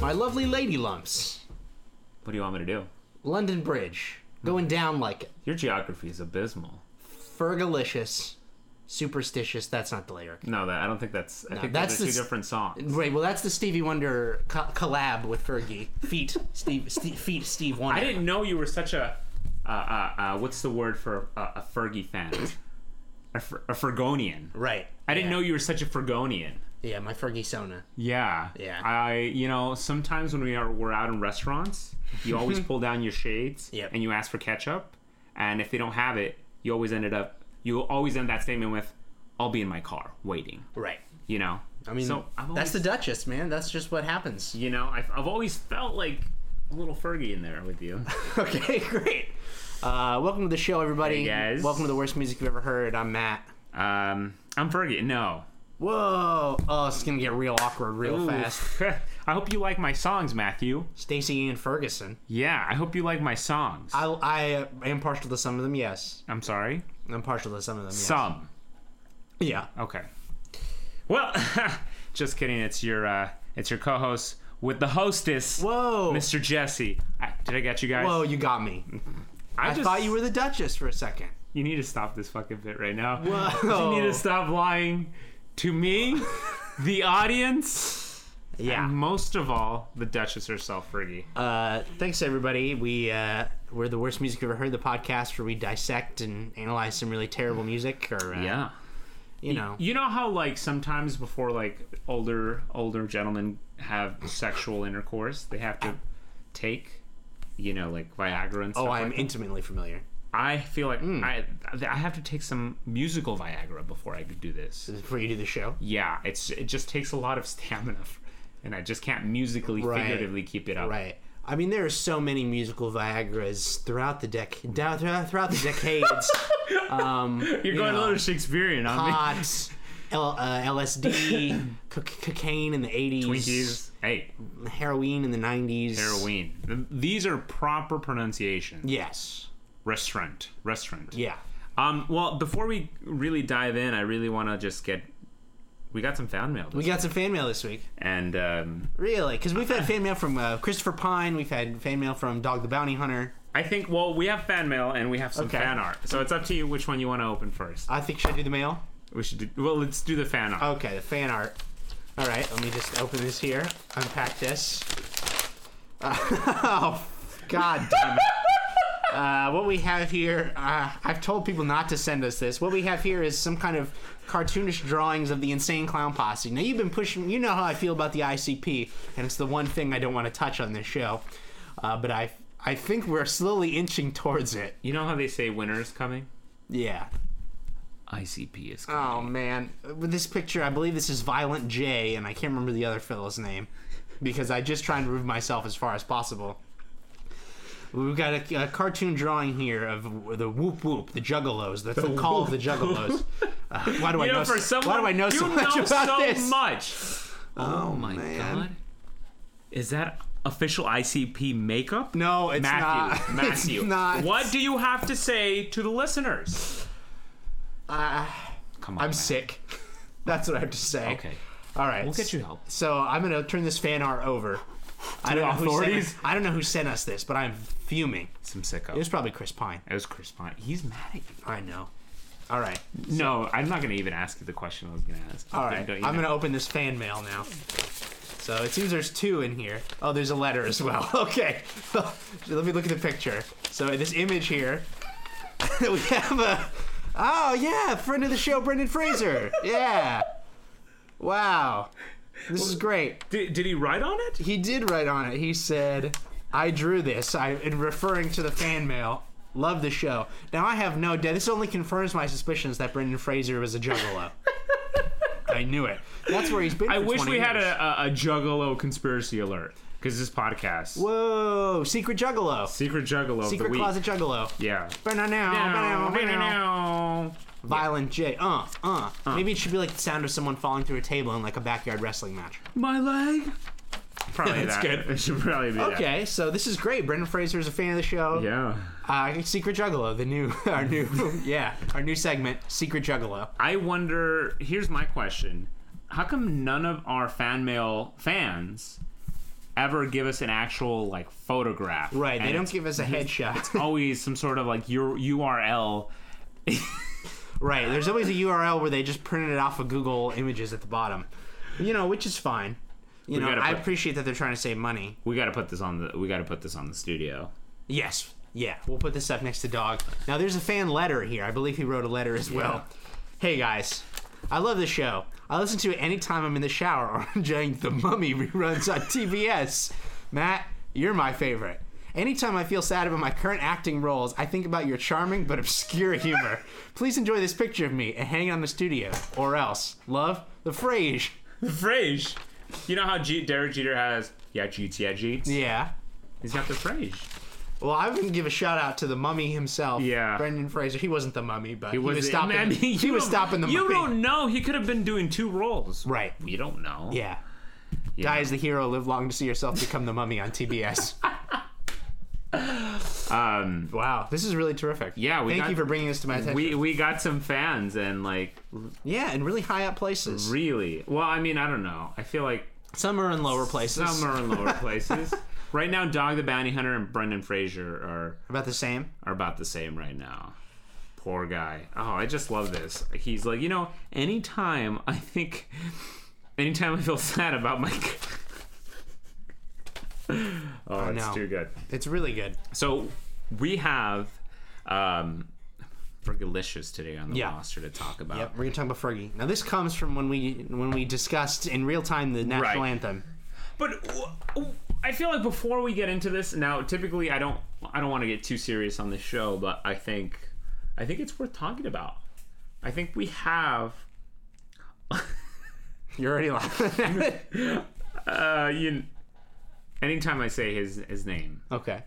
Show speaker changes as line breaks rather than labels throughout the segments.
my lovely lady lumps.
What do you want me to do?
London Bridge. Going down like it.
Your geography is abysmal.
Fergalicious. Superstitious. That's not the lyric.
No, that I don't think that's. I think
that's
that's those are two
the s-
different songs.
Wait, well, that's the Stevie Wonder co- collab with Fergie. Feet, Steve, Steve, feet, Steve Wonder.
I didn't know you were such a. Uh, uh, uh, what's the word for a, a Fergie fan? a, Fer- a Fergonian.
Right.
I didn't
yeah.
know you were such a Fergonian.
Yeah, my Fergie Sona.
Yeah.
Yeah.
I, you know, sometimes when we are we're out in restaurants, you always pull down your shades
Yep.
and you ask for ketchup, and if they don't have it, you always ended up you always end that statement with, "I'll be in my car waiting."
Right.
You know.
I mean,
so I've
that's
always,
the Duchess, man. That's just what happens.
you know I've, I've always felt like a little Fergie in there with you.
okay, great. Uh, welcome to the show, everybody.
Hey, guys.
Welcome to the worst music you've ever heard. I'm Matt.
um, I'm Fergie. No.
Whoa. Oh, it's gonna get real awkward real
Ooh.
fast.
I hope you like my songs, Matthew.
Stacey Ian Ferguson.
Yeah, I hope you like my songs.
I, I am partial to some of them, yes.
I'm sorry.
I'm partial to some of them. Yes.
Some.
Yeah.
Okay. Well, just kidding. It's your uh, it's your co-host with the hostess,
Whoa.
Mr. Jesse. I, did I get you guys?
Whoa, you got me. I
just-
thought you were the Duchess for a second. Oh.
You need to stop this fucking bit right now.
Whoa.
You need to stop lying to me, the audience, and
yeah.
most of all, the Duchess herself, Friggy.
Uh, thanks everybody. We uh, we're the worst music you've ever heard. The podcast where we dissect and analyze some really terrible music, or uh, you know,
You know how like sometimes before like older older gentlemen have sexual intercourse, they have to take, you know, like Viagra and stuff.
oh, Hmm.
like
I'm
that?
intimately familiar.
I feel like I I have to take some musical Viagra before I could do this.
Before you do the show,
Yeah, it's it just takes a lot of stamina, for, and I just can't musically
Right.
figuratively keep it up.
right? I mean, there are so many musical Viagra's throughout the dec down throughout throughout the decades. um,
You're going a little Shakespearean on me.
pot, L- uh, LSD, c- cocaine in the '80s,
Twinkies. Hey,
heroin in the '90s,
heroin. Th- These are proper pronunciations.
Yes.
Restaurant. Restaurant.
Yeah.
Um. Well, before we really dive in, I really want to just get. We got some fan mail,
We got some fan mail this week.
and um,
Really? Because we've had fan mail from uh, Christopher Pine. We've had fan mail from Dog the Bounty Hunter.
I think well we have fan mail and we have some
Okay. Uh,
fan art. So it's up to you which one you want to open first.
I think should I do the mail?
We should do, well. Let's do the fan art.
Okay, the fan art. All right, let me just open this here. Unpack this. Uh, oh, God damn it. Uh, what we have here, uh, I've told people not to send us this. What we have here is some kind of cartoonish drawings of the Insane Clown Posse. Now, you've been pushing, you know how I feel about the ICP, and it's the one thing I don't want to touch on this show. Uh, but I, I think we're slowly inching towards it.
You know how they say winter is coming?
Yeah.
ICP is coming.
Oh man, with this picture, I believe this is Violent J, and I can't remember the other fellow's name because I just try and remove myself as far as possible. We've got a, a cartoon drawing here of the Whoop Whoop, the Juggalos. That's the, call of the Juggalos. Uh, why do I
you
know?
know, for
s-
someone,
why do I know
you
so much
know
about
so
this?
much. Oh my god! Is that official ICP makeup?
No, it's
Matthew,
not.
Matthew,
It's not.
what do you have to say to the listeners?
Uh,
Come on,
I'm
Matt.
sick. That's what I have to say.
Okay,
All right.
we'll get you help.
So I'm gonna turn this fan art over. I don't know who sent
authorities?
us- I don't know who sent us this, but I'm fuming.
Some sicko.
It was probably Chris Pine.
It was Chris Pine. He's mad at you.
I know. All right.
No, I'm not gonna even ask you the question I was gonna ask.
All right.
Don't you
I'm
know?
going to open this fan mail now. So it seems there's two in here. Oh, there's a letter as well. Okay. Let me look at the picture. So in this image here, we have a. Oh, yeah. Friend of the show, Brendan Fraser. Yeah. Wow. This is great.
Did, did he write on it?
He did write on it. He said, I drew this. I, in referring to the fan mail. Love the show. Now I have no doubt. This only confirms my suspicions that Brendan Fraser was a juggalo. I knew it. That's where he's been.
I
for
wish
20
we had
years.
a, a, a Juggalo conspiracy alert because this podcast
Whoa, secret juggalo,
secret Juggalo of the
secret
week.
closet juggalo.
Yeah.
Ba-na-now, ba-na-now, ba-na-now. Violent J. Uh, uh, Maybe it should be like the sound of someone falling through a table in like a backyard wrestling match.
My leg. Probably
That's
that.
good.
It should probably be that.
Okay, so this is great. Brendan Fraser is a fan of the show.
Yeah.
Uh, Secret Juggalo, the new, our new, yeah, our new segment, Secret Juggalo.
I wonder. Here's my question: How come none of our fan mail fans ever give us an actual like photograph.
Right. They
And
don't
it's
give us a headshot.
always some sort of like your URL.
Right. There's always a URL where they just printed it off of Google Images at the bottom. You know, which is fine. You know,
gotta
I
put-
appreciate that they're trying to save money.
We got to put this on the. We got to put this on the studio.
Yes. Yeah. We'll put this up next to dog. Now, there's a fan letter here. I believe he wrote a letter as well. Hey, guys. I love the show. I listen to it anytime I'm in the shower or enjoying the mummy reruns on TBS. Matt, you're my favorite. Anytime I feel sad about my current acting roles, I think about your charming but obscure humor. Please enjoy this picture of me and hang on the studio, or else. Love, the phrase.
The phrase. You know how G- Derek Jeter has yeah jeets yeah jeets.
Yeah.
He's got the phrase.
Well, I would give a shout out to the mummy himself.
Yeah.
Brendan Fraser. He wasn't the mummy, but he was,
the-
stopping.
I mean,
he
you
was
don't-
stopping the
You
mummy.
don't know. He could have been doing two roles.
Right.
We don't know.
Yeah.
You
Die as the hero. Live long to see yourself become the mummy on TBS.
know. Um.
wow, this is really terrific.
Yeah, we
Thank
got-
you for bringing this to my attention.
We we got some fans and like
yeah, in really high up places.
really. Well, I mean, I don't know. I feel like
Some are in lower places.
some are in lower places. Right now, Dog the Bounty Hunter and Brendan Fraser are
about the same.
are about the same right now. Poor guy. Oh, I just love this. He's like, you know, anytime I think, anytime I feel sad about my. oh, it's
know.
too good.
It's really good.
So we have um, Fergalicious today on the
Yeah.
roster to talk about.
Yep, we're gonna talk about Fergie. Now this comes from when we when we discussed in real time the national
Right.
anthem.
But w- w- I feel like before we get into this, now typically I don't I don't want to get too serious on this show, but I think I think it's worth talking about. I think we have
You're already laughing.
uh you anytime I say his his name,
okay.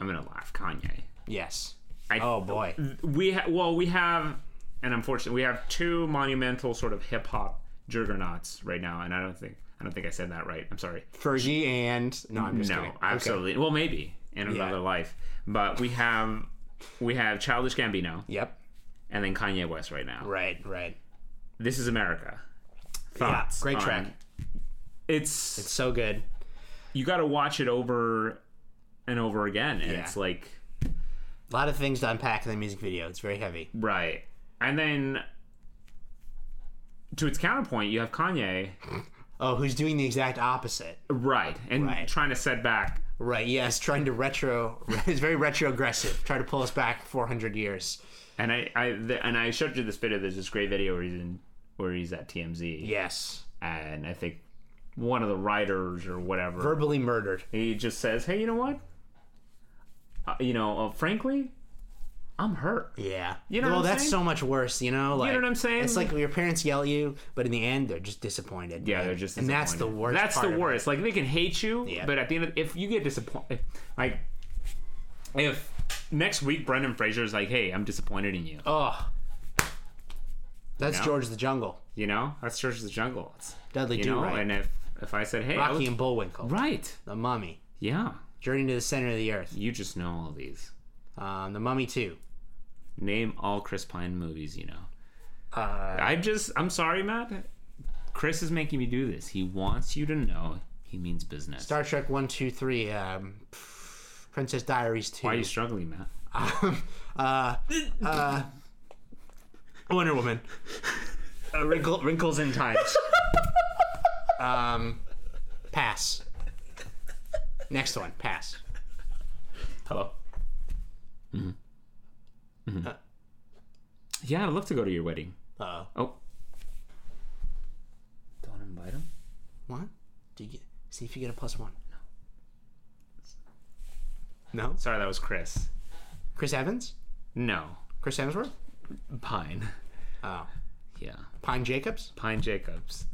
I'm going to laugh Kanye.
Yes.
I, Mm.
Oh boy.
We ha- well we have and unfortunately we have two monumental sort of hip hop juggernauts right now and I don't think I don't think I said that right. I'm sorry.
Fergie and no, I'm just
No,
kidding. Okay.
absolutely. Well, maybe in another life, but we have we have Childish Gambino
Yep.
and then Kanye West right now.
Right. Right.
This is America. Thoughts?
great
on-
track.
It's,
It's so good.
you got to watch it over and over again, and
Yeah.
it's like
A lot of things to unpack in the music video. It's very heavy.
right. And then to its counterpoint, you have Kanye
Oh, who's doing the exact opposite?
right and
Right.
trying to set back.
Right. Yes, trying to retro. It's very retro aggressive. Try to pull us back 400 years.
And I, I the, and I showed you this video. There's this great video where he's in where he's at TMZ,
Yes.
and I think one of the writers or whatever
Verbally murdered.
he just says, "Hey, you know what? Uh, you know, uh, frankly, I'm hurt."
Yeah.
You know
Well,
what I'm
that's
saying?
so much worse. You know. Like,
what I'm saying?
It's like your parents yell at you, but in the end, they're just disappointed.
Yeah,
man.
they're just
And that's the
disappointed.
worst.
That's
part of
the
it.
worst. Like they can hate you,
Yeah.
but at the end, of, if you get disappointed, like if next week Brendan Fraser is like, "Hey, I'm disappointed in you,"
Oh. That's
No.
George the Jungle.
you know, that's Church of the Jungle. It's,
Dudley
you
Do
know,
Right.
and if if I said, "Hey, I
Rocky
was-
and Bullwinkle.
right,
The Mummy.
yeah,"
Journey to the Center of the Earth.
you just know all these.
Um, the Mummy 2.
Name all Chris Pine movies, you know.
Uh,
I just, I'm sorry, Matt. Chris is making me do this. He wants you to know he means business.
Star Trek One, Two, Three, um, Princess Diaries 2.
Why are you struggling, Matt?
uh, uh, Wonder Woman. Uh, wrinkle, wrinkles in Times. um, pass. Next one, pass.
Hello. Mm-hmm. yeah, I'd love to go to your wedding.
Uh,
Oh. Don't invite him?
what? Do you get, see if you get a plus one. No. No?
Sorry, that was Chris.
Chris Evans?
No.
Chris Hemsworth?
Pine.
Oh.
Yeah.
Pine Jacobs?
Pine Jacobs.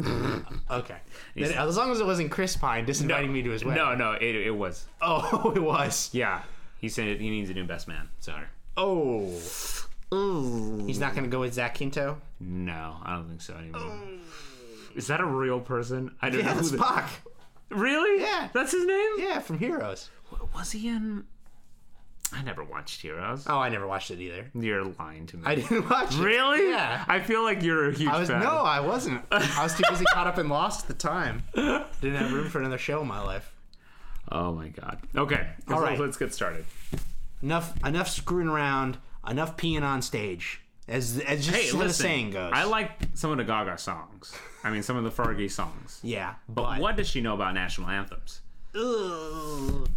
Okay. Then, as long as it wasn't Chris Pine disinviting me to his wedding.
No, no, it, it was.
Oh, it was.
Yeah. He said he needs a new best man. Sorry.
Oh. He's not going to go with Zach Quinto?
No, I don't think so anymore. Is that a real person? I don't
Oh. Yeah,
know. Who
that's
the-
Spock.
Really?
Yeah.
That's his name?
Yeah, from Heroes.
Was he in. I never watched Heroes.
Oh, I never watched it either.
You're lying to me.
I didn't watch it.
Really?
Yeah.
I feel like you're a huge
I was
fan.
no, I wasn't. I was too busy caught up in Lost at the time. Didn't have room for another show in my life.
Oh my god. Okay.
All right.
Let's get started.
Enough enough screwing around, enough peeing on stage. As as just
Hey,
so the
listen.
saying goes.
I like some of the Gaga songs. I mean, some of the Fergie songs.
yeah,
But what does she know about national anthems?
Ugh.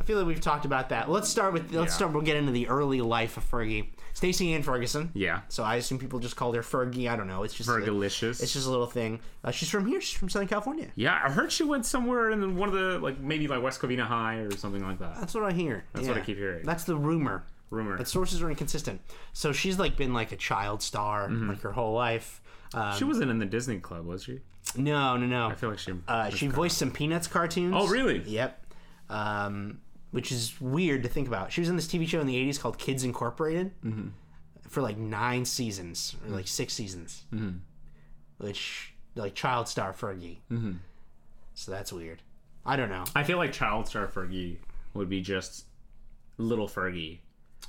I feel like we've talked about that. Let's start with let's
Yeah.
start. We'll get into the early life of Fergie, Stacey Ann Ferguson.
Yeah.
So I assume people just called her Fergie. I don't know. It's just a-
Fergalicious.
it's just a little thing. Uh, she's from here. She's from Southern California.
yeah, I heard she went somewhere in one of the like maybe like West Covina High or something like that.
That's what I hear. That's
what I keep hearing.
That's the rumor.
Rumor.
But sources are inconsistent. So she's like been like a child star
Mm-hmm.
like her whole life. Um,
she wasn't in the Disney Club, was she?
no, no, no.
I feel like she.
uh, she voiced some Peanuts cartoons.
oh really?
Yep. Um, which is weird to think about. She was in this TV show in the 80s called Kids Incorporated
Mm-hmm.
for like nine seasons or like six seasons, mm-hmm. which, like, child star Fergie. Mm-hmm. So that's weird. I don't know.
I feel like child star Fergie would be just little Fergie.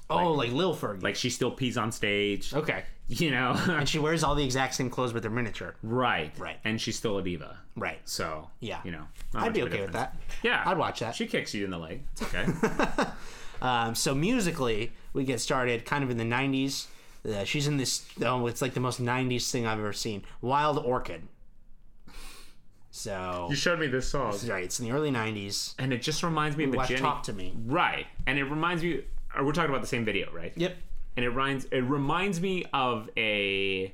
oh, like Lil Fergie.
Like she still pees on stage.
okay.
You know.
And she wears all the exact same clothes, but they're miniature.
right.
Right.
And she's still a diva.
Right.
So
Yeah.
you know, not
I'd be
much of a
okay with
difference.
that.
Yeah,
I'd watch that.
She kicks you in the leg. It's okay.
Um, so musically, we get started kind of in the '90s. Uh, she's in this. Oh, it's like the most '90s thing I've ever seen. Wild Orchid. So
you showed me this song,
right, it's in the early '90s.
and it just reminds me of the
Watch
Jenny.
Talk to Me.
Right, and it reminds me. Or we're talking about the same video, right?
Yep.
And it reminds it reminds me of a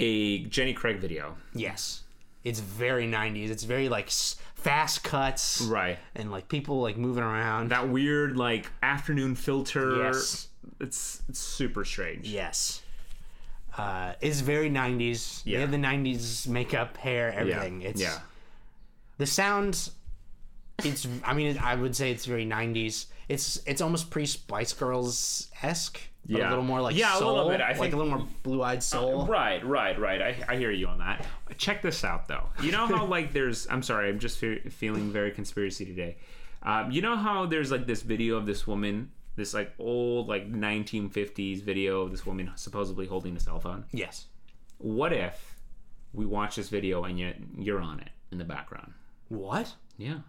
a Jenny Craig video.
Yes, it's very '90s. It's very like s- fast cuts
Right.
and like people like moving around.
That weird like afternoon filter.
Yes.
It's, it's super strange.
yes. Uh, it's very 90s. They
Yeah.
have the 90s makeup, hair, everything. It's
yeah.
the sound it's i mean i would say it's very 90s it's it's almost pre spice girls esque but a
Yeah.
little more like
Yeah, a
soul,
little bit. I
like
think- Uh,
a little more blue eyed soul
Right, right, right. I, I hear you on that. Check this out, though. You know how, like, there's. I'm sorry, I'm just fe- feeling very conspiracy today. Um, you know how there's, like, this video of this woman, this, like, old, like, 1950s video of this woman supposedly holding a cell phone?
yes
What if we watch this video and you, you're on it in the background?
what
Yeah.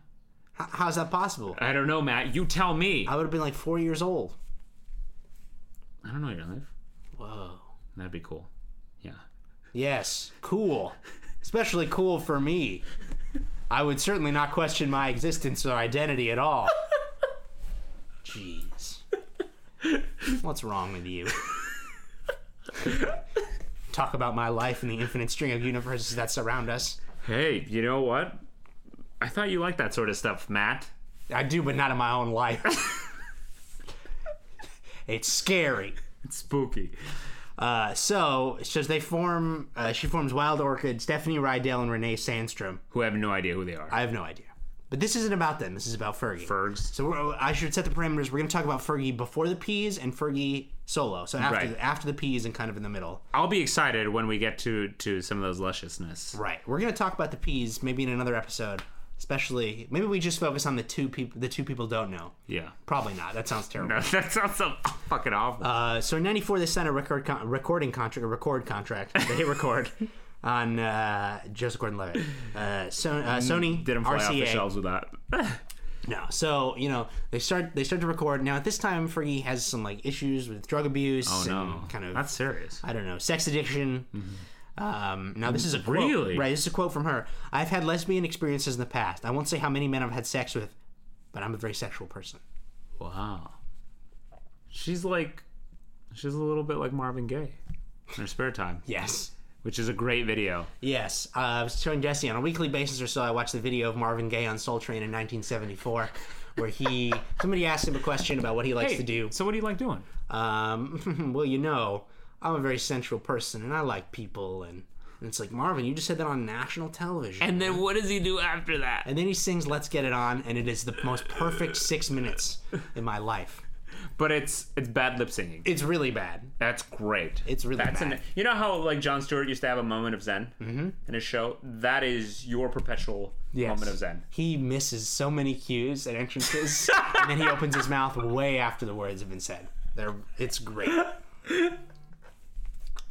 H- how's that possible
I don't know, Matt. You tell me.
i would have been like four years old
I don't know your life.
whoa
That'd be cool. Yeah.
yes cool especially cool for me i would certainly not question my existence or identity at all jeez what's wrong with you talk about my life and the infinite string of universes that surround us.
Hey, you know what? I thought you liked that sort of stuff, Matt.
I do, but not in my own life. it's scary.
It's spooky.
Uh, so, so they form. Uh, she forms Wild Orchid, Stephanie Rydell, and Renee Sandstrom.
Who have no idea who they are.
I have no idea, but this isn't about them. This is about Fergie.
Fergs.
so we're, I should set the parameters. We're going to talk about Fergie before the P's and Fergie solo. So after
Right.
after the P's and kind of in the middle.
I'll be excited when we get to to some of those lusciousness.
Right. We're gonna talk about the peas maybe in another episode. Especially maybe we just focus on the two people the two people don't know.
Yeah.
Probably not. That sounds terrible.
that sounds so fucking awful.
Uh, so in '94 they signed a record con- recording contract, a record contract. They hit record on uh, Joseph Gordon-Levitt. Uh, so, uh, Sony
Didn't fly
RCA.
off the shelves with that.
No. So you know they start they start to record. Now at this time Fergie has some like issues with drug abuse.
Oh no.
And kind of
That's serious.
I don't know, sex addiction. Um, now this is a quote,
Really?
right? This is a quote from her. I've had lesbian experiences in the past. I won't say how many men I've had sex with, but I'm a very sexual person.
Wow. She's like she's a little bit like Marvin Gaye in her spare time,
Yes,
which is a great video.
yes. Uh, I was showing Jesse on a weekly basis or so. I watched the video of Marvin Gaye on Soul Train in 1974, where he somebody asked him a question about what he likes to do.
So what do you like doing?
Um, well, you know, I'm a very sensual person, and I like people, and, and it's like Marvin, you just said that on national television.
And then what does he do after that?
And then he sings Let's Get It On, and it is the most perfect six minutes in my life.
But it's it's bad lip singing.
It's really bad.
That's great.
It's really
That's
bad.
an you know how like John Stewart used to have a moment of zen in his show. That is your perpetual moment of zen.
He misses so many cues and entrances, and then he opens his mouth way after the words have been said. They're, it's great.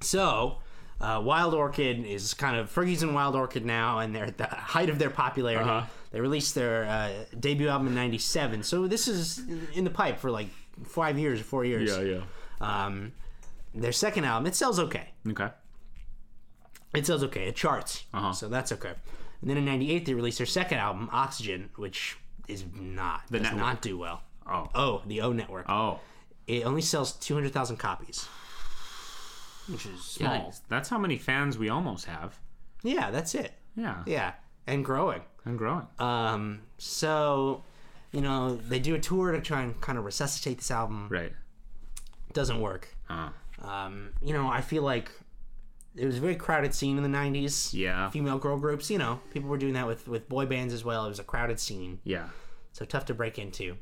So, uh, Wild Orchid is kind of Fergie's in Wild Orchid now, and they're at the height of their popularity. They released their uh, debut album in '97, so this is in the pipe for like five years or four years.
Yeah, yeah.
Um, their second album, it sells okay.
Okay.
It sells okay. It charts,
Uh-huh.
so that's okay. And then in '98, they released their second album, Oxygen, which is not does
network.
not do well.
Oh.
Oh, the O Network.
Oh.
It only sells two hundred thousand copies, which is small.
Nice. That's how many fans we almost have.
Yeah, that's it.
Yeah.
Yeah, and growing.
And growing.
Um, so, you know, they do a tour to try and kind of resuscitate this album.
right.
Doesn't work.
Uh,
Um, you know, I feel like it was a very crowded scene in the '90s.
yeah.
Female girl groups, you know, people were doing that with with boy bands as well. It was a crowded scene,
Yeah.
so tough to break into.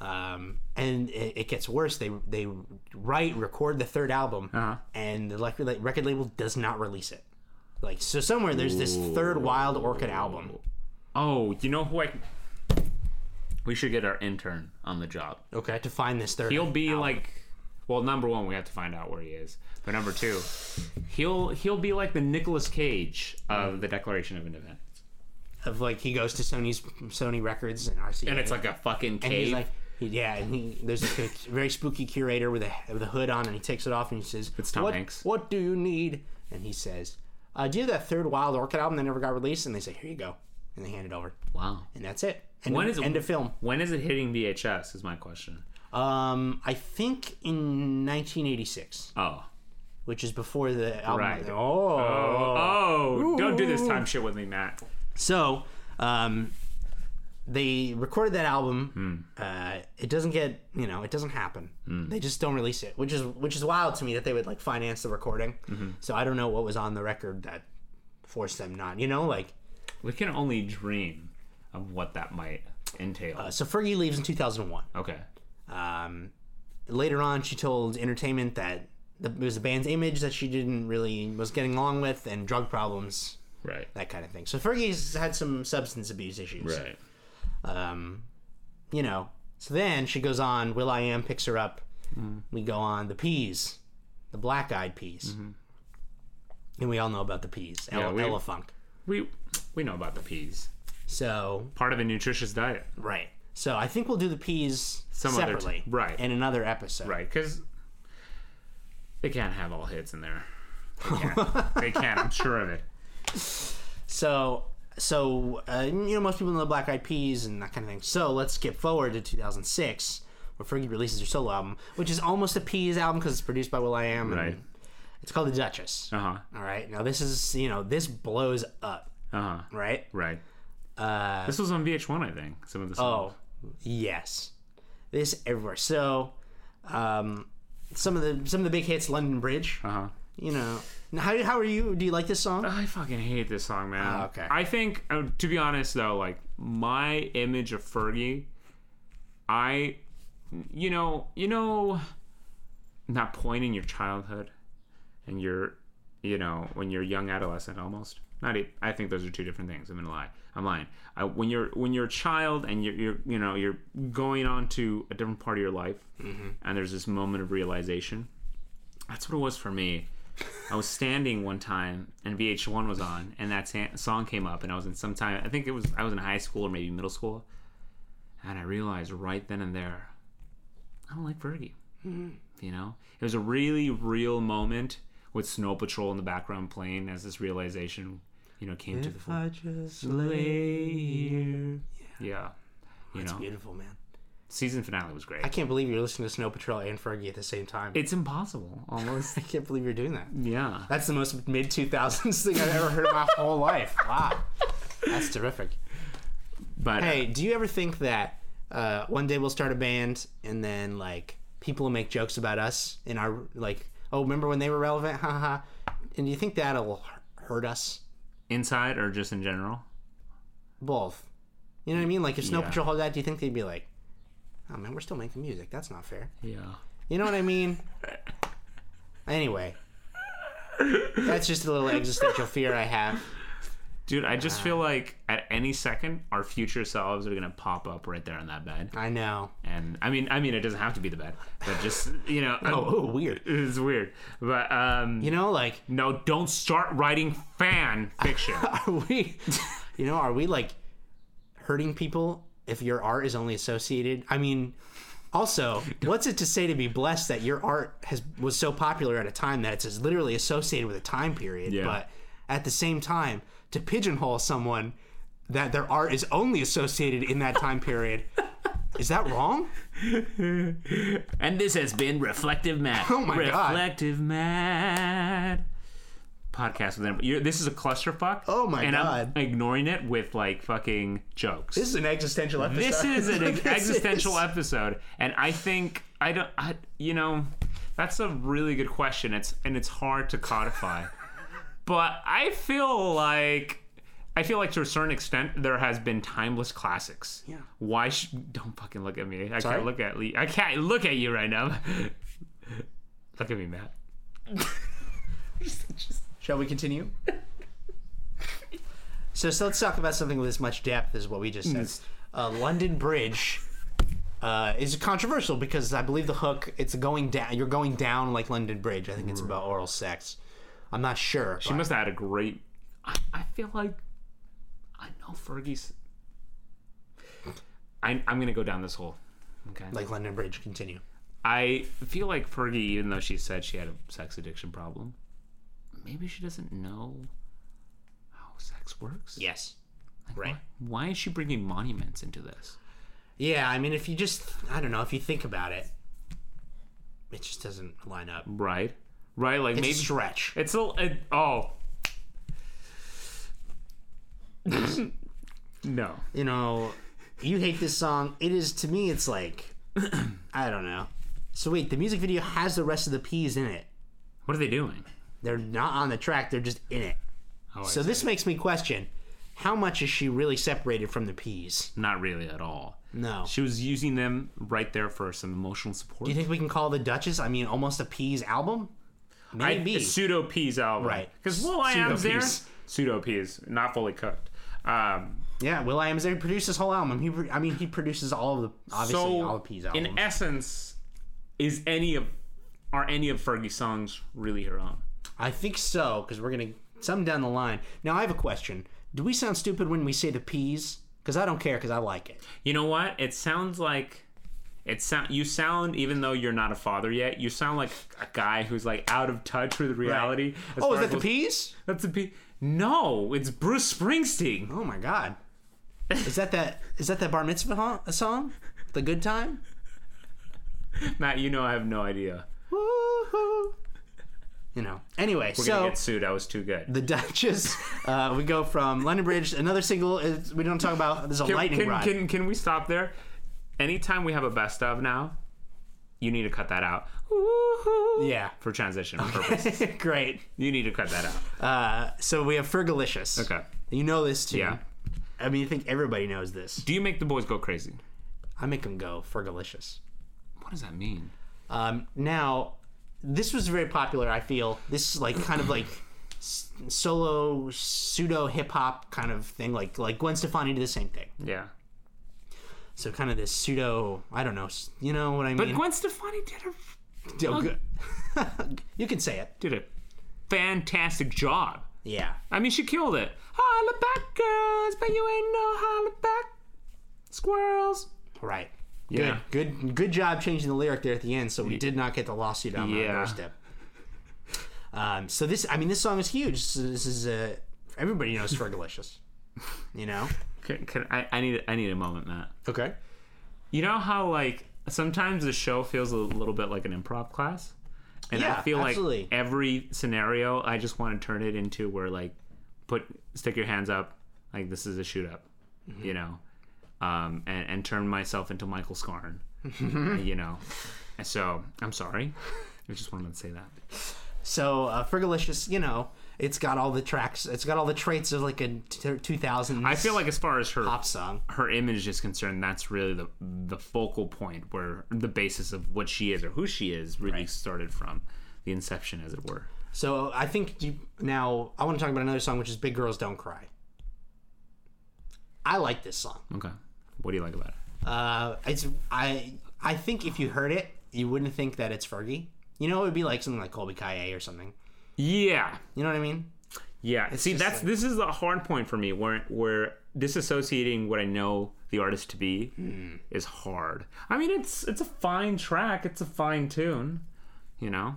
Um, and it, it gets worse. They they write, record the third album,
Uh-huh.
and the record, like, record label does not release it. Like so, somewhere there's this third Wild Orchid album.
Oh, you know who I. We should get our intern on the job.
Okay, to find this third.
He'll be
album.
like, well, number one, we have to find out where he is. But number two, he'll he'll be like the Nicolas Cage of the Declaration of Independence,
of like he goes to Sony's Sony Records and RCA,
and it's like a fucking
and he's
cave.
like, he- yeah, and he, there's this good- very spooky curator with a with a hood on, and he takes it off and he says,
It's Tom
what,
Hanks.
What do you need?" And he says, uh, "Do you have that third Wild Orchid album that never got released?" And they say, "Here you go," and they hand it over,
wow.
and that's it. End,
When
of,
is it-
end of film.
When is it hitting VHS? Is my question.
Um, I think in 1986,
Oh.
which is before the album.
Right.
oh.
Oh, don't do this time shit with me, Matt.
So, um, they recorded that album.
Hmm.
Uh, it doesn't get, you know, it doesn't happen. They just don't release it, which is which is wild to me that they would like finance the recording.
Mm-hmm.
So I don't know what was on the record that forced them not, you know, like.
We can only dream of what that might entail.
uh, So Fergie leaves in 2001.
okay.
Um, later on, she told Entertainment that the, it was the band's image that she didn't really was getting along with, and drug problems,
Right.
that kind of thing. So Fergie's had some substance abuse issues.
Right.
um, you know. So then she goes on. Will I am picks her up. We go on the peas, the black eyed peas, and we all know about the peas. Ella,
we-
Ella Funk.
We we know about the peas.
So
Part of a nutritious diet.
right. So I think we'll do the peas
Some other
separately,
t- right.
in another episode.
Right, because they can't have all hits in there. They can't. they can't. I'm sure of it.
So so uh, you know most people know the black eyed peas and that kind of thing. So let's skip forward to 2006. Where Fergie releases her solo album, which is almost a Peas album because it's produced by Will I Am.
Right.
It's called The Duchess.
Uh huh.
All right. Now this is you know this blows up,
Uh huh.
right?
Right.
Uh
This was on VH1, I think. Some of the songs.
oh, yes, this everywhere. So, um, some of the some of the big hits, London Bridge.
Uh huh.
You know, Now, how how are you? Do you like this song?
I fucking hate this song, man.
Ah, okay.
I think, uh, to be honest though, like my image of Fergie, I, you know, you know, that point in your childhood, and your, you know, when you're a young adolescent almost. Not, e- I think those are two different things. I'm gonna lie. I'm lying. I, when you're when you're a child and you're, you're you know you're going on to a different part of your life,
Mm-hmm.
and there's this moment of realization. That's what it was for me. I was standing one time and VH1 was on, and that sa- song came up, and I was in some time. I think it was I was in high school or maybe middle school, and I realized right then and there, I don't like Fergie.
Mm-hmm.
You know, it was a really real moment with Snow Patrol in the background playing as this realization, you know, came to the fore.
I just lay here.
Yeah, you know,
Beautiful man.
season finale was great.
I can't believe you're listening to Snow Patrol and Fergie at the same time.
It's impossible almost.
I can't believe you're doing that.
yeah.
That's the most mid 2000s thing I've ever heard in my whole life. Wow, that's terrific.
But
Hey, do you ever think that uh, one day we'll start a band and then like people will make jokes about us in our like, oh, remember when they were relevant? Ha ha. ha." And do you think that'll hu- hurt us
inside or just in general,
both? You know what I mean? Like if Snow
Yeah.
Patrol had that, do you think they'd be like, oh man, we're still making music? That's not fair.
yeah.
You know what I mean? anyway, that's just a little existential fear I have.
Dude, I just feel like at any second our future selves are gonna pop up right there on that bed.
I know.
And I mean, I mean, it doesn't have to be the bed, but just you know,
Oh, ooh, weird.
it's weird. But um,
You know, like
no, don't start writing fan fiction.
are we you know are we like hurting people if your art is only associated. I mean, also, what's it to say to be blessed that your art has was so popular at a time that it's as literally associated with a time period?
Yeah.
But at the same time, to pigeonhole someone that their art is only associated in that time period, is that wrong?
And this has been Reflective Mad.
Oh my God.
Reflective Mad. Podcast with them. You're, this is a clusterfuck.
Oh my
and
God.
I'm ignoring it with like fucking jokes.
This is an existential episode.
This is an
This
existential
is-
episode, and I think I don't. I, you know, that's a really good question. It's and it's hard to codify, but I feel like. I feel like to a certain extent there has been timeless classics.
Yeah.
Why should don't fucking look at me. I
Sorry?
can't look at Lee. I can't look at you right now. look at me, Matt.
Shall we continue? so, so let's talk about something with as much depth as what we just said. Uh, London Bridge uh, is controversial because I believe the hook it's going down. You're going down like London Bridge. I think it's about oral sex. I'm not sure.
She
but-
must have had a great. I, I feel like I know Fergie's. I, I'm gonna go down this hole. Okay.
like London Bridge. Continue.
I feel like Fergie, even though she said she had a sex addiction problem, maybe she doesn't know how sex works.
Yes.
Like,
right.
Why, why is she bringing monuments into this?
Yeah. I mean, if you just I don't know if you think about it, it just doesn't line up.
Right. Right. Like
It's
maybe
a stretch.
it's a. It, oh. no.
you know, you hate this song. It is to me, it's like I don't know. So wait, the music video has the rest of the P's in it.
What are they doing?
They're not on the track. They're just in it.
Oh, I
So
see.
this makes me question: How much is she really separated from the P's?
not really at all.
No.
She was using them right there for some emotional support.
Do you think we can call the Duchess? I mean, almost a P's album? Maybe.
I, pseudo peas album.
Right.
Because Will I Am's there.
Pseudo-peas.
Pseudo peas, not fully cooked. Um,
yeah. Will I am there? He produced this whole album. He, pro- I mean, he produces all of the obviously
so
all the P's albums.
in essence, is any of are any of Fergie's songs really her own?
I think so, because we're gonna some down the line. Now I have a question: Do we sound stupid when we say the P's? Because I don't care, because I like it.
You know what? It sounds like it sound you sound even though you're not a father yet, you sound like a guy who's like out of touch with reality. as
Oh, is
far as
that the
what's-
P's?
That's the P. No, it's Bruce Springsteen.
Oh my God! Is that that? Is that that bar mitzvah hon- song? The good time?
Matt, you know I have no idea.
Woo-hoo. You know. Anyway,
We're gonna
so
get sued. I was too good.
the Duchess. Uh, we go from London Bridge. Another single. Is, we don't talk about. There's a
Can,
lightning
can,
rod.
can can we stop there? Anytime we have a best of now, you need to cut that out. Woo-hoo.
Yeah.
For transition purpose,
Great.
you need to cut that out.
Uh, so we have Fergalicious.
Okay.
You know this too.
Yeah.
I mean, I think everybody knows this.
Do you make the boys go crazy?
I make them go Fergalicious.
What does that mean?
Um, now, this was very popular. I feel this is like kind of like s- solo pseudo hip hop kind of thing. Like like Gwen Stefani did the same thing.
Yeah.
So kind of this pseudo. I don't know. s- You know what I
But
mean?
Gwen Stefani did a
Oh, good. you can say it.
did a fantastic job.
Yeah.
I mean, she killed it. Holla back, girls, but you ain't no holla back squirrels.
Right.
Yeah.
Good. Good. Good job changing the lyric there at the end, so we did not get the lawsuit on
Yeah.
our doorstep. Um, so this, I mean, this song is huge. So this is uh, everybody knows Fergalicious. You know.
Can, can, I, I need I need a moment, Matt.
Okay.
You know how like sometimes the show feels a little bit like an improv class, and I
Yeah,
feel
absolutely.
like every scenario I just want to turn it into where like put stick your hands up like this is a shoot up,
Mm-hmm.
you know, um, and and turn myself into Michael Scarn, you know. And so I'm sorry, I just wanted to say that.
So uh, Fergalicious, you know, it's got all the tracks. It's got all the traits of like a two thousand.
I feel like as far as her
pop song.
her image is concerned, that's really the the focal point where the basis of what she is or who she is really started from, the inception, as it were.
So I think you, now I want to talk about another song, which is "Big Girls Don't Cry." I like this song.
Okay. What do you like about it?
Uh, it's I I think if you heard it, you wouldn't think that it's Fergie. You know, it would be like something like Colby Kaye or something.
Yeah.
You know what I mean?
Yeah. See,
just
that's
like-
this is the hard point for me where where disassociating what I know the artist to be
Mm.
is hard. I mean, it's it's a fine track, it's a fine tune, you know.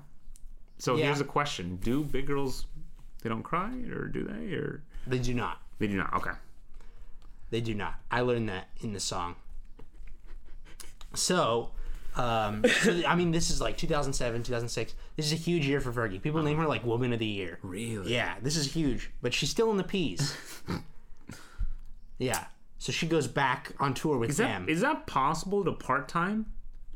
So
Yeah.
here's a question: Do big girls they don't cry or do they or
They do not.
they do not? Okay.
They do not. I learned that in the song. So, um, so, I mean, this is like 2007, 2006. This is a huge year for Fergie. People name her like Woman of the Year.
Really?
Yeah, this is huge. But she's still in the P's. yeah. So she goes back on tour with
Is that
them.
is that possible to part time?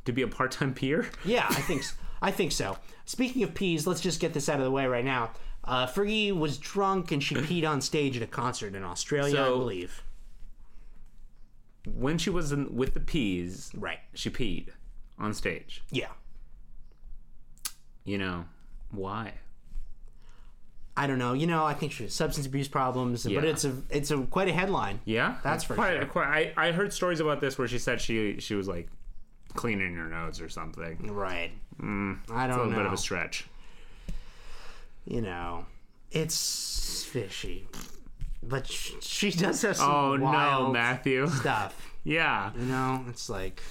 To be a part time peer?
Yeah, I think s- I think so. Speaking of peas, let's just get this out of the way right now. Uh, Fergie was drunk and she peed on stage at a concert in Australia, I
So-
believe.
When she was in, with the peas,
Right.
she peed on stage.
Yeah.
You know why?
I don't know. You know, I think she has substance abuse problems, but
Yeah.
it's a it's a quite a headline.
Yeah,
That's for
quite,
sure.
Quite, I, I heard stories about this where she said she she was like cleaning her nose or something.
Right. I don't
Mm. A little
know.
bit of a stretch.
you know, it's fishy, but sh- she does have some
Oh no,
wild
Matthew.
stuff.
yeah,
You know, it's like.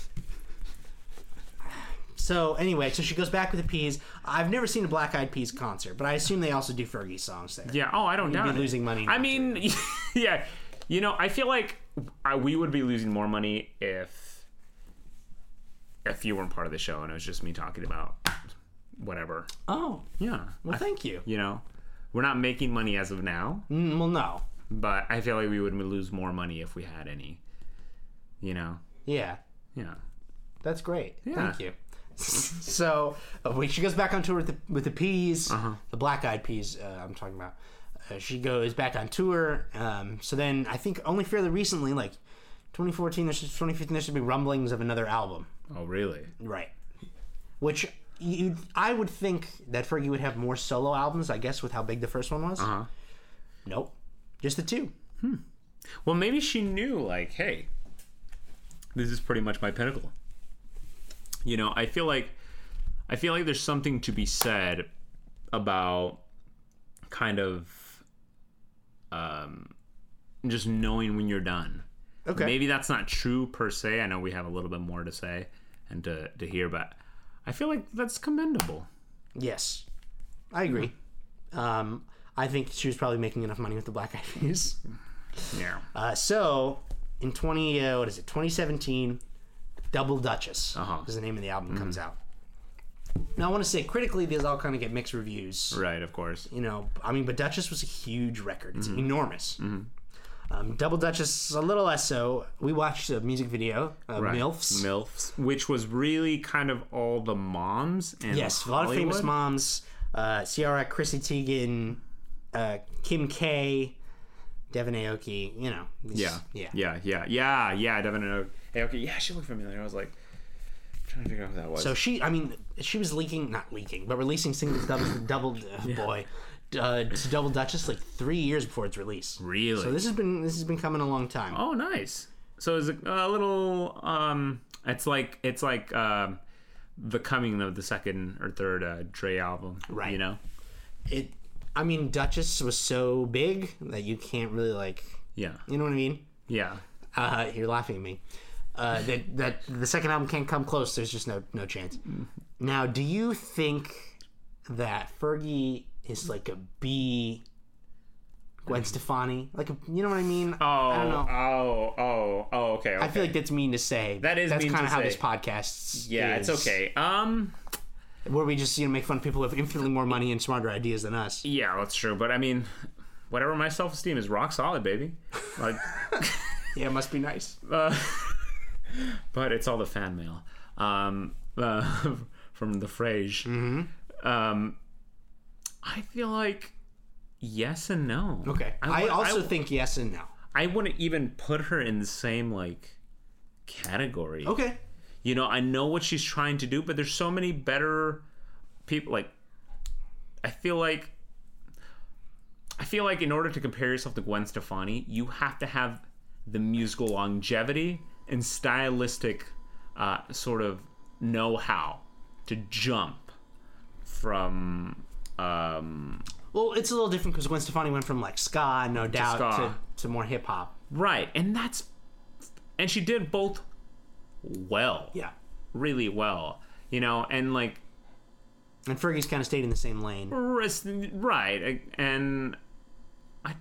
So anyway, so she goes back with the Peas. I've never seen a Black Eyed Peas concert, but I assume they also do Fergie songs there.
yeah. Oh, I don't know.
be losing money
I
not
mean, yeah. You know, I feel like I, we would be losing more money if if you weren't part of the show and it was just me talking about whatever.
Oh,
Yeah.
well, thank you.
You know, we're not making money as of now.
Mm, well, no,
but I feel like we would lose more money if we had any. You know?
yeah,
Yeah.
that's great.
Yeah.
Thank you. so uh, when she goes back on tour with the with the Peas,
Uh-huh.
the Black Eyed Peas, uh, I'm talking about. Uh, she goes back on tour. Um, so then I think only fairly recently, like 2014, there's 2015, there should be rumblings of another album.
Oh, really?
Right. Which you, I would think that Fergie would have more solo albums, I guess, with how big the first one was.
Uh-huh.
Nope. Just the two.
Well, maybe she knew, like, hey, this is pretty much my pinnacle. You know, I feel like I feel like there's something to be said about kind of um just knowing when you're done.
Okay.
Maybe that's not true per se. I know we have a little bit more to say and to, to hear, but I feel like that's commendable.
Yes. I agree. Um, I think she was probably making enough money with the Black Eyed Peas.
Yeah.
Uh, so, in 20, uh, what is it, 2017, Double Duchess
Uh-huh.
is the name of the album comes out. Now, I want to say, critically, these all kind of get mixed reviews.
Right, of course.
you know, I mean, but Duchess was a huge record. It's
Mm-hmm.
enormous. Um, Double Duchess, a little less so. We watched a music video of
Right.
MILFs.
MILFs. Which was really kind of all the moms and
yes, a lot of famous
moms.
moms. Uh, Ciara, Chrissy Teigen, uh, Kim K, Devin Aoki, you know. these-
Yeah.
Yeah.
Yeah, yeah, yeah, yeah. Devin and Oak. Hey, okay, yeah, she looked familiar. I was like trying to figure out who that was.
So she, I mean, she was leaking, not leaking, but releasing singles double, double uh, boy, uh, to Double Duchess like three years before its release.
really?
So this has been this has been coming a long time.
oh, nice. So it's a, a little um it's like it's like um the coming of the second or third uh, Dre album,
Right.
You know,
it i mean duchess was so big that you can't really like
yeah,
you know what i mean
yeah,
uh, you're laughing at me uh, that, that the second album can't come close there's just no no chance
Mm-hmm.
now do you think that fergie is like a b gwen stefani like a, you know what i mean
Mm-hmm. oh,
i don't know
oh, oh, oh, okay,
i feel like that's mean to say
That is
that's
mean
kind of
to
how
say.
this podcast
yeah, it's
is,
okay. Um,
where we just you know make fun of people who have infinitely more money and smarter ideas than us
Yeah, that's true. But I mean, whatever my self esteem is rock solid, baby. Like,
yeah it must be nice
uh, but it's all the fan mail um, uh, from the phrase.
Mm-hmm.
Um, I feel like yes and no.
okay i,
I, would-
also think yes and no
I wouldn't even put her in the same like category.
okay
You know, I know what she's trying to do, but there's so many better people. Like, I feel like, I feel like in order to compare yourself to Gwen Stefani, you have to have the musical longevity and stylistic uh, sort of know-how to jump from um,
Well, it's a little different because Gwen Stefani went from like ska, no doubt,
ska.
to, to more hip hop.
Right, and that's and she did both well.
Yeah.
Really well. You know, and like
And Fergie's kind of stayed in the same lane.
ris- right and I,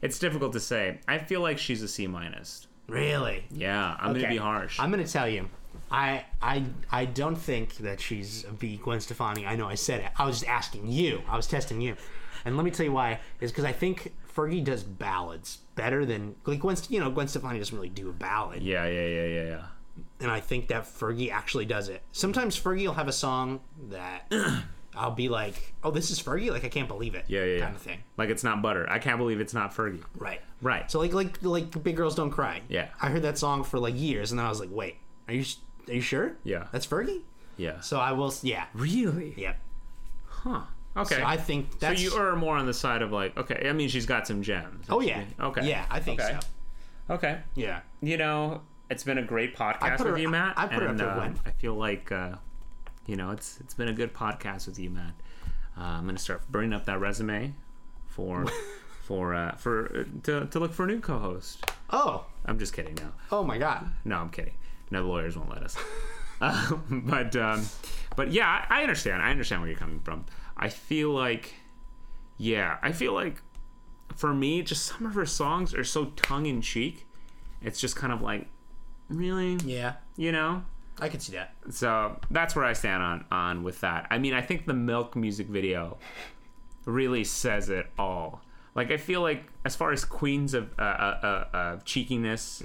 it's difficult to say. I feel like she's a C minus.
Really?
Yeah, I'm
Okay.
gonna be harsh.
I'm gonna tell you, I I I don't think that she's a B Gwen Stefani. I know I said it. I was just asking you. I was testing you, and let me tell you why. Is because I think Fergie does ballads better than like Gwen. You know, Gwen Stefani doesn't really do a ballad,
yeah, yeah, yeah, yeah, yeah.
and I think that Fergie actually does it. Sometimes Fergie will have a song that I'll be like, "Oh, this is Fergie! Like I can't believe it."
Yeah, yeah, yeah.
kind of thing.
Like it's not butter. I can't believe it's not Fergie.
Right.
Right.
So like like like big girls don't cry.
Yeah.
I heard that song for like years, and then I was like, wait, are you s- are you sure?
Yeah.
That's Fergie.
yeah.
So I will. s- Yeah.
really?
Yeah.
Huh. Okay.
So I think
So
that's.
you are more on the side of like, okay, I mean, she's got some gems.
oh yeah.
Okay.
Yeah, I think
Okay.
so.
Okay.
Yeah.
You know, it's been a great podcast
put her-
with you, Matt.
I- I put her up
and,
there,
uh,
Gwen.
I feel like, uh, you know, it's it's been a good podcast with you, Matt. Uh, I'm gonna start bringing up that resume for for uh, for to to look for a new co-host.
Oh.
I'm just kidding now.
Oh my God.
No, I'm kidding. No, the lawyers won't let us. uh, but um, but yeah, I, I understand. I understand where you're coming from. I feel like, yeah, I feel like for me, just some of her songs are so tongue in cheek. It's just kind of like, really,
Yeah.
you know.
I could see that.
So that's where I stand on on with that. I mean, I think the Milk music video really says it all. Like, I feel like as far as queens of uh, uh, uh, uh, cheekiness,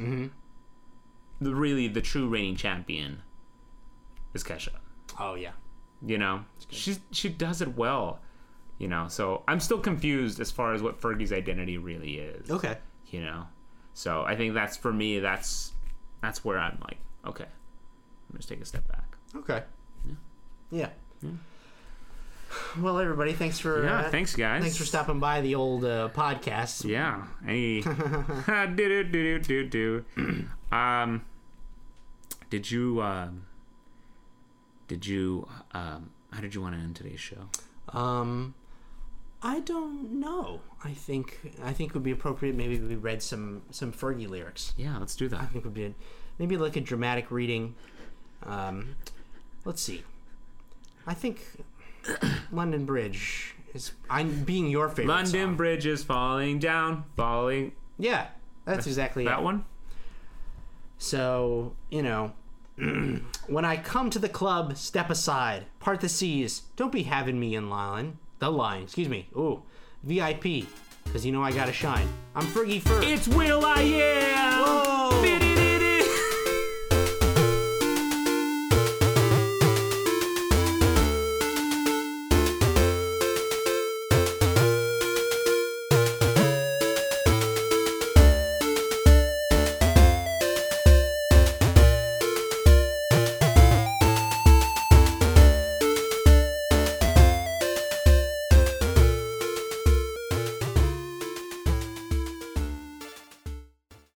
the really the true reigning champion is Kesha.
Oh yeah.
You know, she she does it well. You know, so I'm still confused as far as what Fergie's identity really is.
Okay.
You know, so I think that's for me. That's that's where I'm like, okay, I'm just take a step back.
Okay. Yeah. Well, everybody, thanks for
Yeah,
uh,
thanks guys.
thanks for stopping by the old uh, podcast.
Yeah. Hey. do do do do do do. Um. Did you um. Did you um. How did you want to end today's show?
Um, I don't know. I think I think it would be appropriate. Maybe we read some some Fergie lyrics.
Yeah, let's do that.
I think would be maybe like a dramatic reading. Um, let's see. I think London Bridge is I'm being your favorite.
London
song.
Bridge is falling down, falling.
Yeah, that's exactly it.
That one.
So, you know, when I come to the club, step aside, part the seas. Don't be having me in line. The line, excuse me. Ooh, VIP, because you know I gotta shine. I'm Fergie Ferg.
It's Will I Am.
Whoa.
Video